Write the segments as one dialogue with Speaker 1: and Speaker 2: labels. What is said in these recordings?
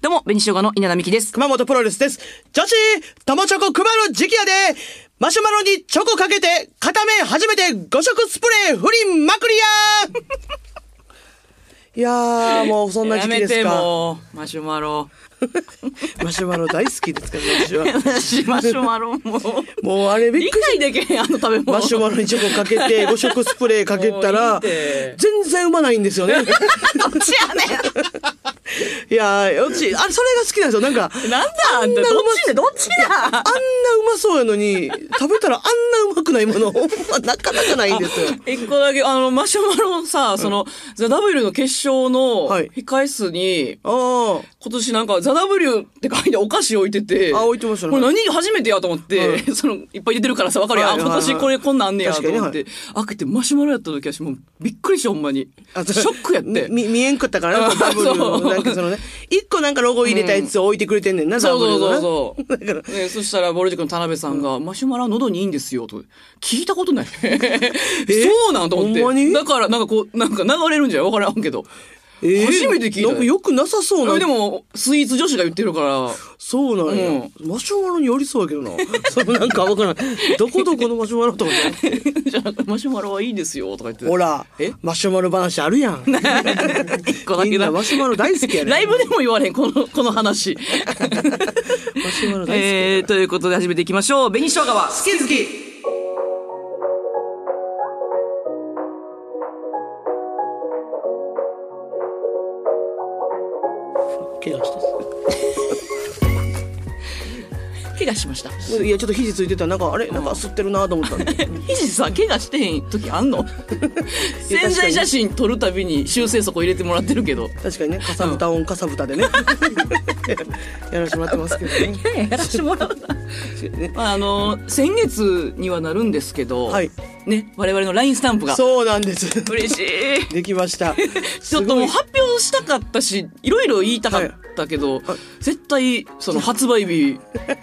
Speaker 1: どうも、紅しょうがの稲田美希です。
Speaker 2: 熊本プロレスです。女子、友チョコ熊の時期やで、マシュマロにチョコかけて、固め初めて5色スプレー振りまく りやいやー、もうそんな時期です
Speaker 1: やめて
Speaker 2: か。
Speaker 1: もう、マシュマロ。
Speaker 2: マシュマロ大好きですから、私は。
Speaker 1: 私、マシュマロもう。
Speaker 2: もうあれびっ
Speaker 1: 理
Speaker 2: くり。
Speaker 1: 解できへん、あの食べ物。
Speaker 2: マシュマロにチョコかけて、5色スプレーかけた
Speaker 1: もう
Speaker 2: ら、
Speaker 1: いいって
Speaker 2: 全然うまないんです よね。
Speaker 1: どっちやねん。
Speaker 2: いやー、うち、あれ、それが好きなんですよ。なんか、
Speaker 1: なんだあんた、どっちでどっち
Speaker 2: あんな
Speaker 1: だ
Speaker 2: うまそうやのに、食べたらあんなうまくないもの、ほんまなかなかないんですよ。
Speaker 1: 一個だけ、あの、マシュマロのさ、その、ザ・ W の決勝の
Speaker 2: はい
Speaker 1: 控え室に、
Speaker 2: あ
Speaker 1: 今年なんか、ザ・ W って書いてお菓子置いてて。
Speaker 2: あ置いてましたね
Speaker 1: これ何初めてやと思って、 その、いっぱい出てるからさ、わかるやん。
Speaker 2: はいはいは
Speaker 1: あ
Speaker 2: い
Speaker 1: 今年これこんなんあんねやと思っ
Speaker 2: 確かに
Speaker 1: て。開けてマシュマロやった時はし、もうびっくりしてほんまに。シ
Speaker 2: あ。
Speaker 1: ョックやって。
Speaker 2: み、見えんかったから
Speaker 1: あ
Speaker 2: ね、ダブル
Speaker 1: そ
Speaker 2: の、
Speaker 1: う
Speaker 2: なんかそのね、一個なんかロゴ入れたやつを置いてくれてんねんな、ダ
Speaker 1: そう
Speaker 2: ブルのな。
Speaker 1: そうそうそう。ね、そしたら、ボルジックの田辺さんが、マシュマロは喉にいいんですよ、と。聞いた ことない。そうなんと思って。
Speaker 2: ほんまに
Speaker 1: だから、なんかこう、なんか流れるんじゃわからんけど。
Speaker 2: えー
Speaker 1: 初めて聞いたよ
Speaker 2: なんかよくなさそう
Speaker 1: そ
Speaker 2: な。
Speaker 1: れでも、スイーツ女子が言ってるから、
Speaker 2: そうなんや、マシュマロに寄りそうやけどな。 そうなんかわからない。どこどこのマシュマロとかじゃない
Speaker 1: じゃあマシュマロはいいですよ、とか言って。
Speaker 2: ほら
Speaker 1: え、
Speaker 2: マシュマロ話ある やん。
Speaker 1: 一個だ
Speaker 2: み
Speaker 1: け
Speaker 2: んな
Speaker 1: だ。
Speaker 2: マシュマロ大好きやね。
Speaker 1: ライブでも言われん、この、この 話。
Speaker 2: マシュマロ大好きやね。
Speaker 1: えー、ということで始めていきましょう。紅生姜は好き好き。
Speaker 2: 怪我した
Speaker 1: 怪我しました。
Speaker 2: いや、ちょっと肘ついてたら、なんか、あれなんか吸ってるなと思ったんで。
Speaker 1: 肘さ、怪我してへん時あんの
Speaker 2: か
Speaker 1: 潜
Speaker 2: に
Speaker 1: 在写真撮るたびに修正そこ入れてもらってるけ ど。
Speaker 2: 確かにね、かさぶたオンかさぶた でね。やらせてもらってますけどね。
Speaker 1: やらしてもらうな。
Speaker 2: 確かにね
Speaker 1: まあ、あの、先月にはなるんですけど、
Speaker 2: はい
Speaker 1: ね、我々の LINE スタンプが。
Speaker 2: そうなんです。
Speaker 1: 嬉しい。
Speaker 2: できまし た。
Speaker 1: ちょっともう発表したかったし、いろいろ言いたかったけど、
Speaker 2: はい
Speaker 1: 絶対、その発売日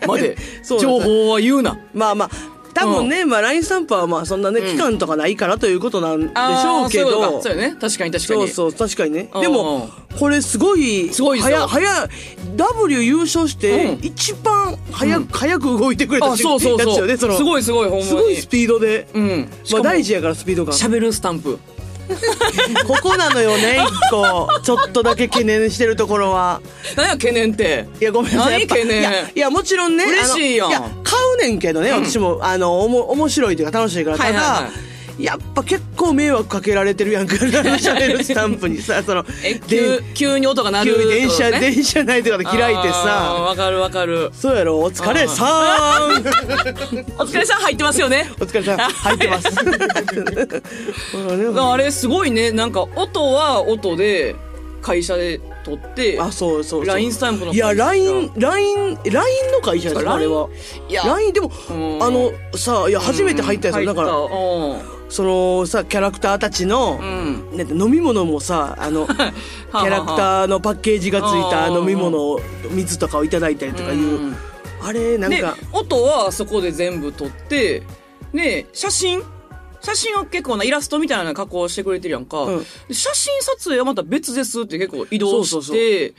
Speaker 1: まで
Speaker 2: そうなん
Speaker 1: 情
Speaker 2: です
Speaker 1: 報は言うな。
Speaker 2: まあまあ、多分ね、まあ、LINE スタンプはまあ、そんなね、期間とかないからということなんでしょうけ
Speaker 1: あーそういうこと
Speaker 2: ど
Speaker 1: か。そうよね。確かに確かに。
Speaker 2: そうそう、確かにね。で
Speaker 1: う
Speaker 2: も
Speaker 1: ん、
Speaker 2: これすごい、
Speaker 1: すごいですよ
Speaker 2: 早、早、W 優勝して
Speaker 1: う、ん
Speaker 2: 一番早く、早く動いてくれた
Speaker 1: あ、
Speaker 2: し
Speaker 1: そ
Speaker 2: や
Speaker 1: う
Speaker 2: つよ
Speaker 1: そうそう。
Speaker 2: ね、その。
Speaker 1: すごいすごい、ほんまに。
Speaker 2: すごいスピードで。
Speaker 1: うん。
Speaker 2: まあ、大
Speaker 1: 事。
Speaker 2: 事やから、スピード感。
Speaker 1: 喋るスタンプ。
Speaker 2: ここなのよね、一個。ちょっとだけ懸念してるところは。
Speaker 1: 何や、懸念って。
Speaker 2: いや、ごめんなさ
Speaker 1: 何
Speaker 2: い。やっぱ
Speaker 1: 懸念
Speaker 2: いや、いやもちろんね。
Speaker 1: 嬉しいやん
Speaker 2: あの買うねんけどね、私も、あの、おも、面白いというか楽しいから。
Speaker 1: はい
Speaker 2: た
Speaker 1: はいはい
Speaker 2: だ、やっぱ結構迷惑かけられてるやんか、喋るスタンプにさ、その、
Speaker 1: え、
Speaker 2: で
Speaker 1: 急、急に音が鳴る
Speaker 2: 急
Speaker 1: って
Speaker 2: に
Speaker 1: ことね。
Speaker 2: 電車、電車内とかで開いて
Speaker 1: あー
Speaker 2: さ、
Speaker 1: わかるわかる。
Speaker 2: そうやろ、お疲れさーん。
Speaker 1: お疲れさん入ってますよね。
Speaker 2: お疲れさん、入ってます。 ほらね
Speaker 1: あれ、すごいね。なんか、音は音で、会社で撮って、
Speaker 2: あ、そうそうそう。
Speaker 1: LINE スタンプの
Speaker 2: いや、
Speaker 1: 会社
Speaker 2: LINE、LINE、LINE の会社ですか、あれは。
Speaker 1: いや
Speaker 2: LINE でも
Speaker 1: ん、
Speaker 2: あの、さ、いや、初めて入ったやつだから、
Speaker 1: 入っ
Speaker 2: そのさキャラクターたちの、
Speaker 1: たうん。
Speaker 2: なんか飲み物もさあのキ
Speaker 1: は
Speaker 2: ャラクターのパッケージがついた
Speaker 1: あー
Speaker 2: 飲み物を水とかをいただいたりとかいう、
Speaker 1: うん
Speaker 2: あれなん
Speaker 1: で
Speaker 2: か、
Speaker 1: 音はそこで全部撮って、ね、写真写真は結構なイラストみたいなの加工してくれてるやんか。
Speaker 2: うん
Speaker 1: で写真撮影はまた別ですって結構移動して、
Speaker 2: そうそうそ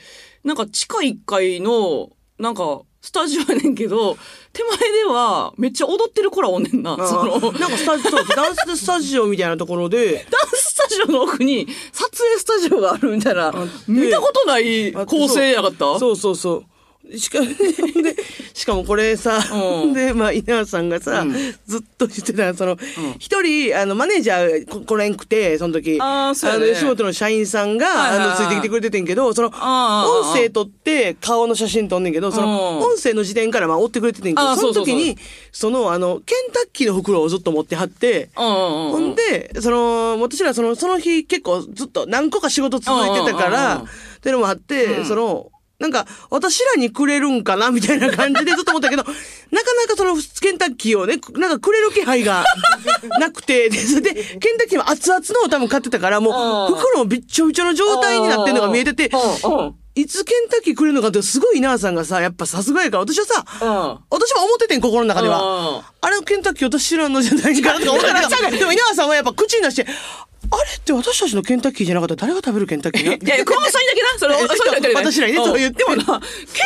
Speaker 1: なんか地下1階の、なんか、スタジオやねんけど、手前ではめっちゃ踊ってる子らおんねんな。
Speaker 2: あ
Speaker 1: その、ダン
Speaker 2: ーなんかスタジオダンススタジオみたいなところで
Speaker 1: ススタジオの奥に撮影スタジオがあるみたいな、見たことない
Speaker 2: あ
Speaker 1: 構成やがった
Speaker 2: そうそうそうそうしか でしかもこれさ、
Speaker 1: うん
Speaker 2: で、まあ、稲葉さんがさ、
Speaker 1: うん
Speaker 2: ずっと言ってたその一、人あのマネージャーこ来れんくてその時
Speaker 1: あーそうやね
Speaker 2: の吉本の社員さんが、
Speaker 1: はいはいはい
Speaker 2: あのついてきてくれててんけどその
Speaker 1: あーあー
Speaker 2: 音声撮って顔の写真撮んねんけどその
Speaker 1: うん
Speaker 2: 音声の時点からまあ追ってくれててんけ
Speaker 1: あー
Speaker 2: どその
Speaker 1: そうそう
Speaker 2: 時にそのあのケンタッキーの袋をずっと持ってはって。
Speaker 1: うんうん
Speaker 2: ほ
Speaker 1: うん
Speaker 2: んで、その、私らその、その日結構ずっと何個か仕事続いてたか
Speaker 1: うんうんうんう
Speaker 2: ら、
Speaker 1: ん
Speaker 2: っていうのもあって、
Speaker 1: うん
Speaker 2: その、なんか、私らにくれるんかなみたいな感じでずっと思ったけど、な かなかその、ケンタッキーをね、なんかくれる気配 がなくて、で、それで、ケンタッキーは熱々のを多分買ってたから、もう、
Speaker 1: うん
Speaker 2: 袋もびっちょびちょの状態になってるのが見えてて、
Speaker 1: うんうんうん
Speaker 2: いつケンタッキーくれるのかって、すごい稲葉さんがさ、やっぱさすがやから、私は
Speaker 1: う
Speaker 2: さ、
Speaker 1: ん
Speaker 2: 私も思っててん、心の中では。
Speaker 1: うん
Speaker 2: あれのケンタッキー私知らんのじゃないかなとか思ったら、でも稲葉さんはやっぱ口に出して、れって私たちのケンタッキーじゃなかったら誰が食べるケンタッキー
Speaker 1: いや、小松さんにだけな、それ、そ
Speaker 2: え
Speaker 1: ういうのだけね
Speaker 2: 私らにね
Speaker 1: ん
Speaker 2: そう言って
Speaker 1: でもな、ケン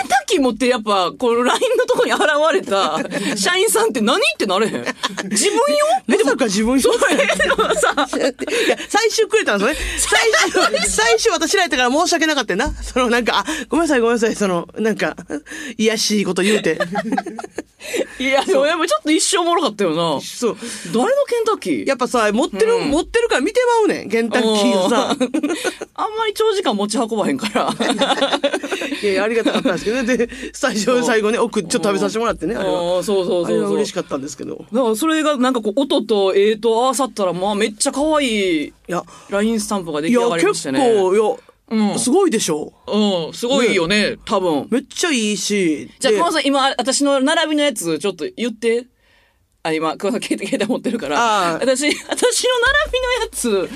Speaker 1: タッキー持ってやっぱ、この LINE のとこに現れ た社員さんって何ってなれへん。自分よ
Speaker 2: まさか自分
Speaker 1: そういうのさ、
Speaker 2: いや、最終くれたんですね。最終、 最終私らやったから申し訳なかったよな。そのなんか、あ、ごめんなさいごめんなさい、その、なんか、いやしいこと言うて。
Speaker 1: いや、でもやっぱちょっと一生おもろかったよな。
Speaker 2: そう。
Speaker 1: 誰のケンタッキー
Speaker 2: やっぱさ、持ってる、
Speaker 1: うん
Speaker 2: 持ってるから見てまうねん、ケンタッキーをさ。
Speaker 1: あんまり長時間持ち運ばへんから。
Speaker 2: い やいや、ありがたかったんですけどね。で、最初、最後ね、奥、ちょっと食べさせてもらってね、あれは。
Speaker 1: ああ、そうそうそう
Speaker 2: あ
Speaker 1: そう。
Speaker 2: れは嬉しかったんですけど。
Speaker 1: だからそれがなんかこう音と絵と合わさったらまあめっちゃ可愛い
Speaker 2: いや、
Speaker 1: ラインスタンプが出
Speaker 2: い
Speaker 1: 来
Speaker 2: や
Speaker 1: 上、がりまし
Speaker 2: 結
Speaker 1: たね。
Speaker 2: 構、いや、
Speaker 1: うん
Speaker 2: すごいでしょ。
Speaker 1: うん、すごいよね、多分。
Speaker 2: めっちゃいいし。
Speaker 1: じゃあ、
Speaker 2: で
Speaker 1: 熊本さん、今、私の並びのやつ、ちょっと言って。あ、今、熊本さん、携帯、携帯持ってるから。
Speaker 2: ああ
Speaker 1: 私、私の並びのやつ、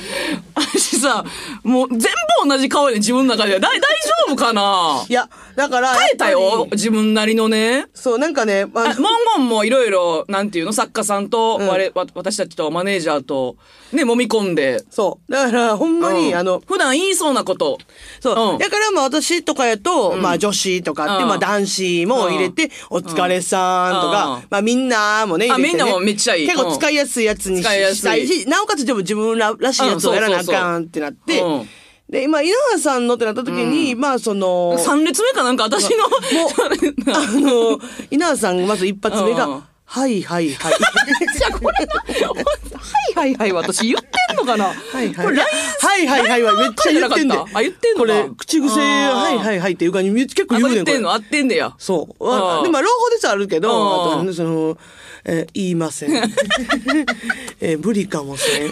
Speaker 1: 私さ、もう全部同じ顔やね自分の中では。だ、大丈夫かない
Speaker 2: や、だから、
Speaker 1: 変えた
Speaker 2: やっ
Speaker 1: よ
Speaker 2: ぱり
Speaker 1: 自分なりのね。
Speaker 2: そう、なんかね、あ
Speaker 1: あモンゴンもいろいろ、なんていうの作家さんと、
Speaker 2: うん
Speaker 1: 我々わ私たちとマネージャーと、ね、揉み込んで。
Speaker 2: そう。だから、ほんまに、
Speaker 1: うん
Speaker 2: あの、
Speaker 1: 普段言いそうなこと。
Speaker 2: そう。
Speaker 1: うん
Speaker 2: だからまあ私とかやと、まあ女子とかって、
Speaker 1: うん
Speaker 2: まあ男子も入れて、お疲れさんとか、
Speaker 1: うん
Speaker 2: まあみんなもね、入れて、ね。
Speaker 1: あみんなもめっちゃいい
Speaker 2: 結構使いやすいやつにし
Speaker 1: 使いやすい
Speaker 2: したいし、なおかつでも自分ららしいやつをやらなあかんってなって、
Speaker 1: うん
Speaker 2: で、今、稲葉さんのってなった時に、まあその、
Speaker 1: 3列目かなんか私の、
Speaker 2: あの、稲葉さんまず一発目が、
Speaker 1: うん
Speaker 2: はいはいはい。
Speaker 1: じゃあこれな、はいはいはい、私言ってんのかな
Speaker 2: はいはい。
Speaker 1: これ LINE
Speaker 2: はいはいはいはめっちゃ言ってんね
Speaker 1: あ言ってんの
Speaker 2: こ
Speaker 1: か
Speaker 2: れ、口癖、はいはいはいっていう感じ、結構
Speaker 1: あ
Speaker 2: 言うね
Speaker 1: 言っ
Speaker 2: んこ
Speaker 1: て
Speaker 2: れ
Speaker 1: んの合ってんだよ。
Speaker 2: そう。
Speaker 1: あ
Speaker 2: あ
Speaker 1: あ
Speaker 2: でも、朗報ですあるけど、
Speaker 1: ああ
Speaker 2: あとね、その、えー言い ません。えー無理かもしれん。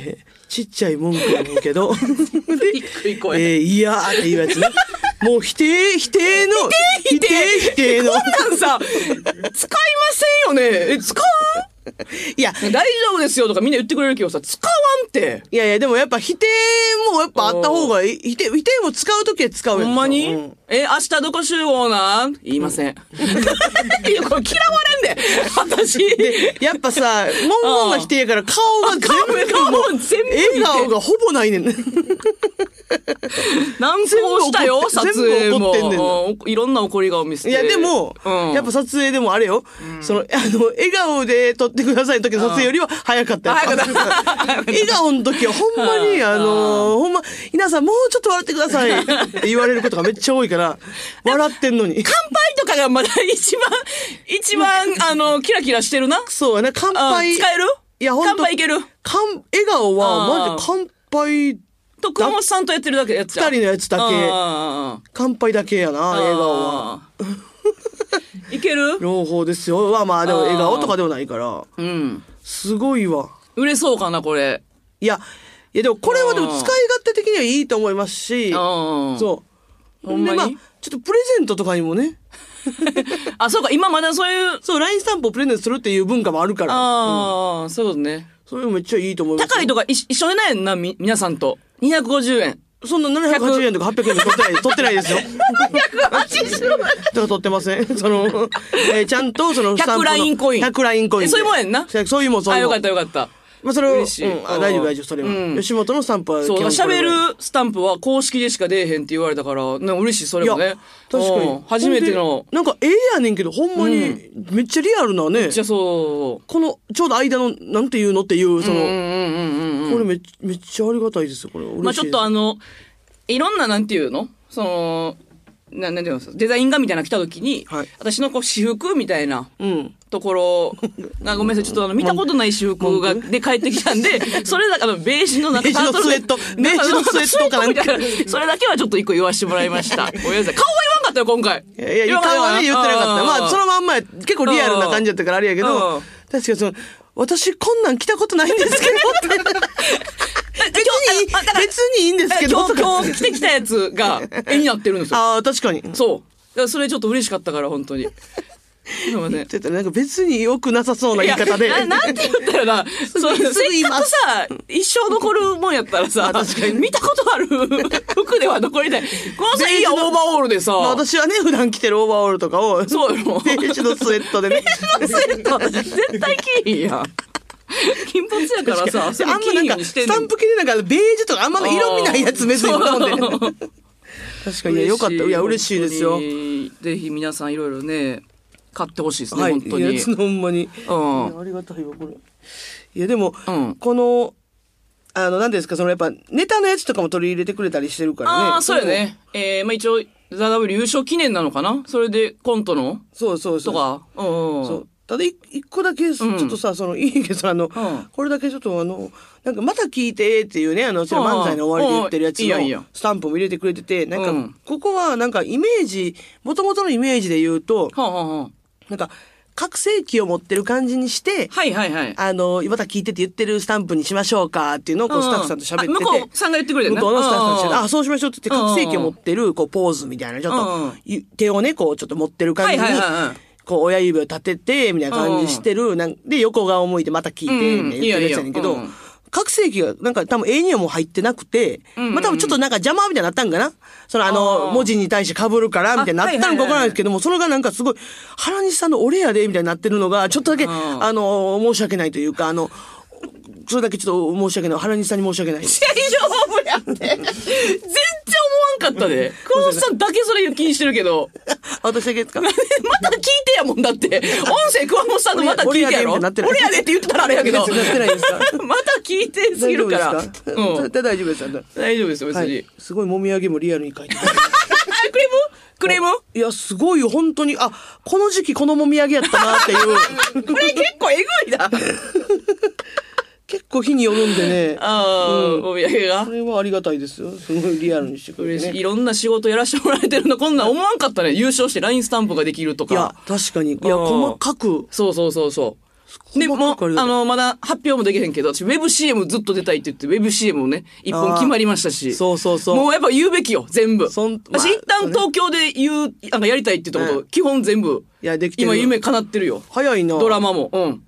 Speaker 2: えーちっちゃい文句やねんけど。で、
Speaker 1: びっくり声
Speaker 2: えーいやーって言うやつね。もう否定、否定の、
Speaker 1: 否定
Speaker 2: 否定、否 定の。
Speaker 1: こんなんさ、使いませんよね。え、使わん
Speaker 2: いや、
Speaker 1: 大丈夫ですよとかみんな言ってくれるけどさ、使わんって。
Speaker 2: いやいや、でもやっぱ否定もやっぱあった方がいい。否定、否定も使うときは使うや
Speaker 1: ほんまに、
Speaker 2: う
Speaker 1: え、明日どこ集合なん言いません。 いや、これ嫌われんで、私。
Speaker 2: でやっぱ さ、文言が否定やから顔が全部、
Speaker 1: 顔
Speaker 2: もう
Speaker 1: も全部見て
Speaker 2: 笑顔がほぼないねん。
Speaker 1: 何個もしたよ、撮
Speaker 2: 全部怒って
Speaker 1: 影も。
Speaker 2: 全部怒ってんねんな
Speaker 1: うんいろんな怒り顔見せて。
Speaker 2: いや、でも、
Speaker 1: うん
Speaker 2: やっぱ撮影でもあれよ、その、あの、笑顔で撮ってくださいの時の撮影よりは早かったよ。
Speaker 1: 早かった
Speaker 2: 笑顔の時はほんまに、
Speaker 1: うん
Speaker 2: あのーほんま、皆さんもうちょっと笑ってく ださいって言われることがめっちゃ多いから、笑ってんのに。
Speaker 1: 乾杯とかがまだ一 番、一番、あの、キラキラしてるな。
Speaker 2: そうやな、乾
Speaker 1: うん
Speaker 2: 杯。
Speaker 1: 使える
Speaker 2: いや、ほんと
Speaker 1: 乾杯いける
Speaker 2: 乾笑顔は、マジ乾杯、
Speaker 1: と、熊本さんとやってるだけやっちゃう。
Speaker 2: 二人のやつだけ
Speaker 1: あ
Speaker 2: 乾杯だけやな、
Speaker 1: あ
Speaker 2: 笑顔は。。
Speaker 1: いけ る
Speaker 2: 朗報ですよ。まあまあ、でも笑顔とかではないから、
Speaker 1: うん。
Speaker 2: すごいわ。
Speaker 1: 売れそうかな、これ。
Speaker 2: いや、いやでもこれはでも
Speaker 1: うん
Speaker 2: 使い勝手的にはいいと思います
Speaker 1: う
Speaker 2: し、
Speaker 1: ん
Speaker 2: そう。
Speaker 1: ほんまに
Speaker 2: で、まあ、ちょっとプレゼントとかにもね、
Speaker 1: あ、そうか、今まだそういう、
Speaker 2: そう、LINE スタンプをプレゼントするっていう文化もあるから、
Speaker 1: ああ、そういうことね。
Speaker 2: それもめっちゃいいと思います。
Speaker 1: 高いとかい一緒にないやんな、み、皆さんと。250円。
Speaker 2: そんな780円とか800円とか取ってない、取ってないですよ。とか取ってません。 その、えーちゃんとそのスタン
Speaker 1: 100
Speaker 2: プの
Speaker 1: ラインコイン
Speaker 2: 100ラインコイ
Speaker 1: え
Speaker 2: ンで。
Speaker 1: そういうもんやんな
Speaker 2: そういうもん、そ う
Speaker 1: あ、
Speaker 2: いう
Speaker 1: よ
Speaker 2: も
Speaker 1: かっ
Speaker 2: ん
Speaker 1: た。よかった。
Speaker 2: まあ、それを、うん、あ
Speaker 1: 嬉しい
Speaker 2: 大丈夫、大丈夫、それは。
Speaker 1: うん
Speaker 2: 吉本のスタンプは基
Speaker 1: そう、
Speaker 2: 本これぐらい
Speaker 1: 喋るスタンプは公式でしか出えへんって言われたから、ね、嬉しい、それもね。
Speaker 2: 確か
Speaker 1: う
Speaker 2: に
Speaker 1: ん。初めての
Speaker 2: ほんで。なんか、ええやねんけど、ほんまに、めっちゃリアルなね
Speaker 1: じ、ゃあそう。
Speaker 2: この、ちょうど間の、なんていうのっていう、その、
Speaker 1: うんうんうんうんうん。
Speaker 2: これめっめっちゃありがたいですよ、これ。
Speaker 1: ま
Speaker 2: 嬉
Speaker 1: あ
Speaker 2: し
Speaker 1: ち
Speaker 2: い
Speaker 1: ょ
Speaker 2: で
Speaker 1: っ
Speaker 2: す
Speaker 1: とあの、いろんななんていうのその、ななんていうのデザイン画みたいなの来た時に、
Speaker 2: はい
Speaker 1: 私のこう私服みたいな
Speaker 2: うん。
Speaker 1: ところ、あごめんなさい、ちょっとあの、見たことない私服が、
Speaker 2: 文
Speaker 1: で帰ってきたん で、それだからベージュの中
Speaker 2: ベージュの
Speaker 1: タートルネク
Speaker 2: スウェットベージュのスウェットかなんか
Speaker 1: スウェットみたいな それだけはちょっと一個言わしてもらいました。ごめんなさい。顔は言わんかったよ、今回。
Speaker 2: いや、いや、顔はね、言ってなかった。まあ、そのまんまや、結構リアルな感じやったからあれやけ
Speaker 1: う
Speaker 2: ど
Speaker 1: ん、
Speaker 2: 確かにその、私こんなん来たことないんですけどって、別に、
Speaker 1: あだから
Speaker 2: 別にいいんですけど、
Speaker 1: 今
Speaker 2: と
Speaker 1: 日、今
Speaker 2: か
Speaker 1: 日着てきたやつが絵になってるんですよ。
Speaker 2: ああ、確かに。
Speaker 1: そう。だからそれちょっと嬉しかったから、本当に。すいません。
Speaker 2: ちょっとなんか別に良くなさそうな言い方で。
Speaker 1: いやな なんて言った らな、そう、
Speaker 2: すぐ
Speaker 1: せっ
Speaker 2: すぐ言い
Speaker 1: か
Speaker 2: ま
Speaker 1: く
Speaker 2: す
Speaker 1: さ、一生残るもんやったらさ、
Speaker 2: 確かに
Speaker 1: 見たことある 服では残りたい。このさ、いいや、オーバーオールでさ、
Speaker 2: まあ私はね、普段着てるオーバーオールとかを、
Speaker 1: そうよ。
Speaker 2: ベージュのスウェットでね。
Speaker 1: スウェット、絶対着いいやん。金髪やからさ、 それ
Speaker 2: あんまな
Speaker 1: 金
Speaker 2: ん
Speaker 1: 色
Speaker 2: か、
Speaker 1: にして
Speaker 2: ス
Speaker 1: んね
Speaker 2: タ
Speaker 1: ん
Speaker 2: ンプ系でなんか、ベージュとかあんまの色味ないやつ別に好んで
Speaker 1: そう
Speaker 2: る。確かに、ね、よかった。いや、嬉しいですよ
Speaker 1: 本。当にぜひ皆さんいろいろね、買ってほしいですね、
Speaker 2: はい。
Speaker 1: 本当
Speaker 2: いや
Speaker 1: に。
Speaker 2: いつのほんまに。
Speaker 1: うん
Speaker 2: いやありがたいよ、これ。いや、でも、
Speaker 1: うん
Speaker 2: この、あの、なんですか、そのやっぱ、ネタのやつとかも取り入れてくれたりしてるからね。
Speaker 1: ああ、そうや。ね。えー、まあ一応、ザ・ W 優勝記念なのかなそれでコントの
Speaker 2: そうそうそ
Speaker 1: と
Speaker 2: う。
Speaker 1: か。うんうん。
Speaker 2: そう。ただ、い一個だけ、ちょっとさ、その、いいけどさ、あの、これだけちょっとあの、なんか、また聞いてっていうね、あの、その漫才の終わりで言ってるやつ
Speaker 1: うんいいよいいよ
Speaker 2: のスタンプも入れてくれてて、な
Speaker 1: うんん
Speaker 2: か、ここはなんか、イメージ、もともとのイメージで言うと、
Speaker 1: はあはあはあ
Speaker 2: なんか、覚醒器を持ってる感じにして、
Speaker 1: はいはいはい。
Speaker 2: あの、また聞いてって言ってるスタンプにしましょうかっていうのをこうスタッフさんと喋ってて。
Speaker 1: うんあ向こうさんが言ってくれたよ
Speaker 2: 向
Speaker 1: ね
Speaker 2: こうのスタッフさんと喋って
Speaker 1: うん
Speaker 2: あ、そうしましょうって言って、覚醒器を持ってる、こう、ポーズみたいな、ちょっ
Speaker 1: う
Speaker 2: と
Speaker 1: ん、
Speaker 2: ゆ手をね、こう、ちょっと持ってる感じに
Speaker 1: はいはいはいはい、
Speaker 2: こう、親指を立てて、みたいな感じしてる、なんで、横顔を向いてまた聞いて、みたいな言ってるやつやねんけ
Speaker 1: う
Speaker 2: ど
Speaker 1: んいいよいいよ、
Speaker 2: 覚醒器が、なんか多分絵にはもう入ってなくて、まあ多分ちょっとなんか邪魔みたいになったんかなそのあ
Speaker 1: あ
Speaker 2: の、
Speaker 1: ー
Speaker 2: 文字に対して被るから、みたいになったのかわからないですけども、それがなんかすごい、原西さんの俺やで、みたいになってるのが、ちょっとだけ、
Speaker 1: うん
Speaker 2: あの、申し訳ないというか、あの、それだけちょっと申し訳ない。原西さんに申し訳 ない。
Speaker 1: 大丈夫やって。全然思わんかった で。クロスさんだけそれ気にしてるけど。
Speaker 2: 私だけですか
Speaker 1: また聞いてやもんだって。音声熊本さんのまた聞いてやろ。俺
Speaker 2: 俺や
Speaker 1: や
Speaker 2: で
Speaker 1: で
Speaker 2: みたいになってない
Speaker 1: って言ったらあれやけど。
Speaker 2: なってないですか
Speaker 1: また聞いてすぎるから。
Speaker 2: 大丈夫ですか
Speaker 1: うん
Speaker 2: だ大丈夫です。あの
Speaker 1: 大丈夫ですよ、別
Speaker 2: は
Speaker 1: に。
Speaker 2: い。すごいもみあげもリアルに書いてます。
Speaker 1: あ、 クレームクレーム
Speaker 2: いや、すごいよ、本当に。あ、この時期このもみあげやったなっていう。
Speaker 1: これ結構えぐい な。
Speaker 2: 結構日によるんでね。
Speaker 1: あーお土産が
Speaker 2: こ。れはありがたいですよ。すごいリアルにしてくれ
Speaker 1: 嬉
Speaker 2: て、
Speaker 1: しい。
Speaker 2: ね。
Speaker 1: いろんな仕事やらせてもらえてるの、こんなん思わんかったね。優勝して LINE スタンプができると
Speaker 2: いや
Speaker 1: か。、
Speaker 2: 確かに。いや、
Speaker 1: うん
Speaker 2: 細かく。
Speaker 1: そうそうそうそう。で、
Speaker 2: 細
Speaker 1: も
Speaker 2: かくあり
Speaker 1: う、
Speaker 2: が
Speaker 1: あ
Speaker 2: たい
Speaker 1: の、まだ発表もできへんけど、私、WebCM ずっと出たいって言って、WebCM をね、一
Speaker 2: あー
Speaker 1: 本決まりましたし。
Speaker 2: そうそうそう
Speaker 1: もうやっぱ言うべきよ、全部。
Speaker 2: そんまあ
Speaker 1: 私、一旦東京で言う、なんかやりたいって言ったこと、
Speaker 2: うん
Speaker 1: 基本全部。
Speaker 2: いやできてる
Speaker 1: 今、夢叶ってるよ。
Speaker 2: 早いな。
Speaker 1: ドラマも。うん。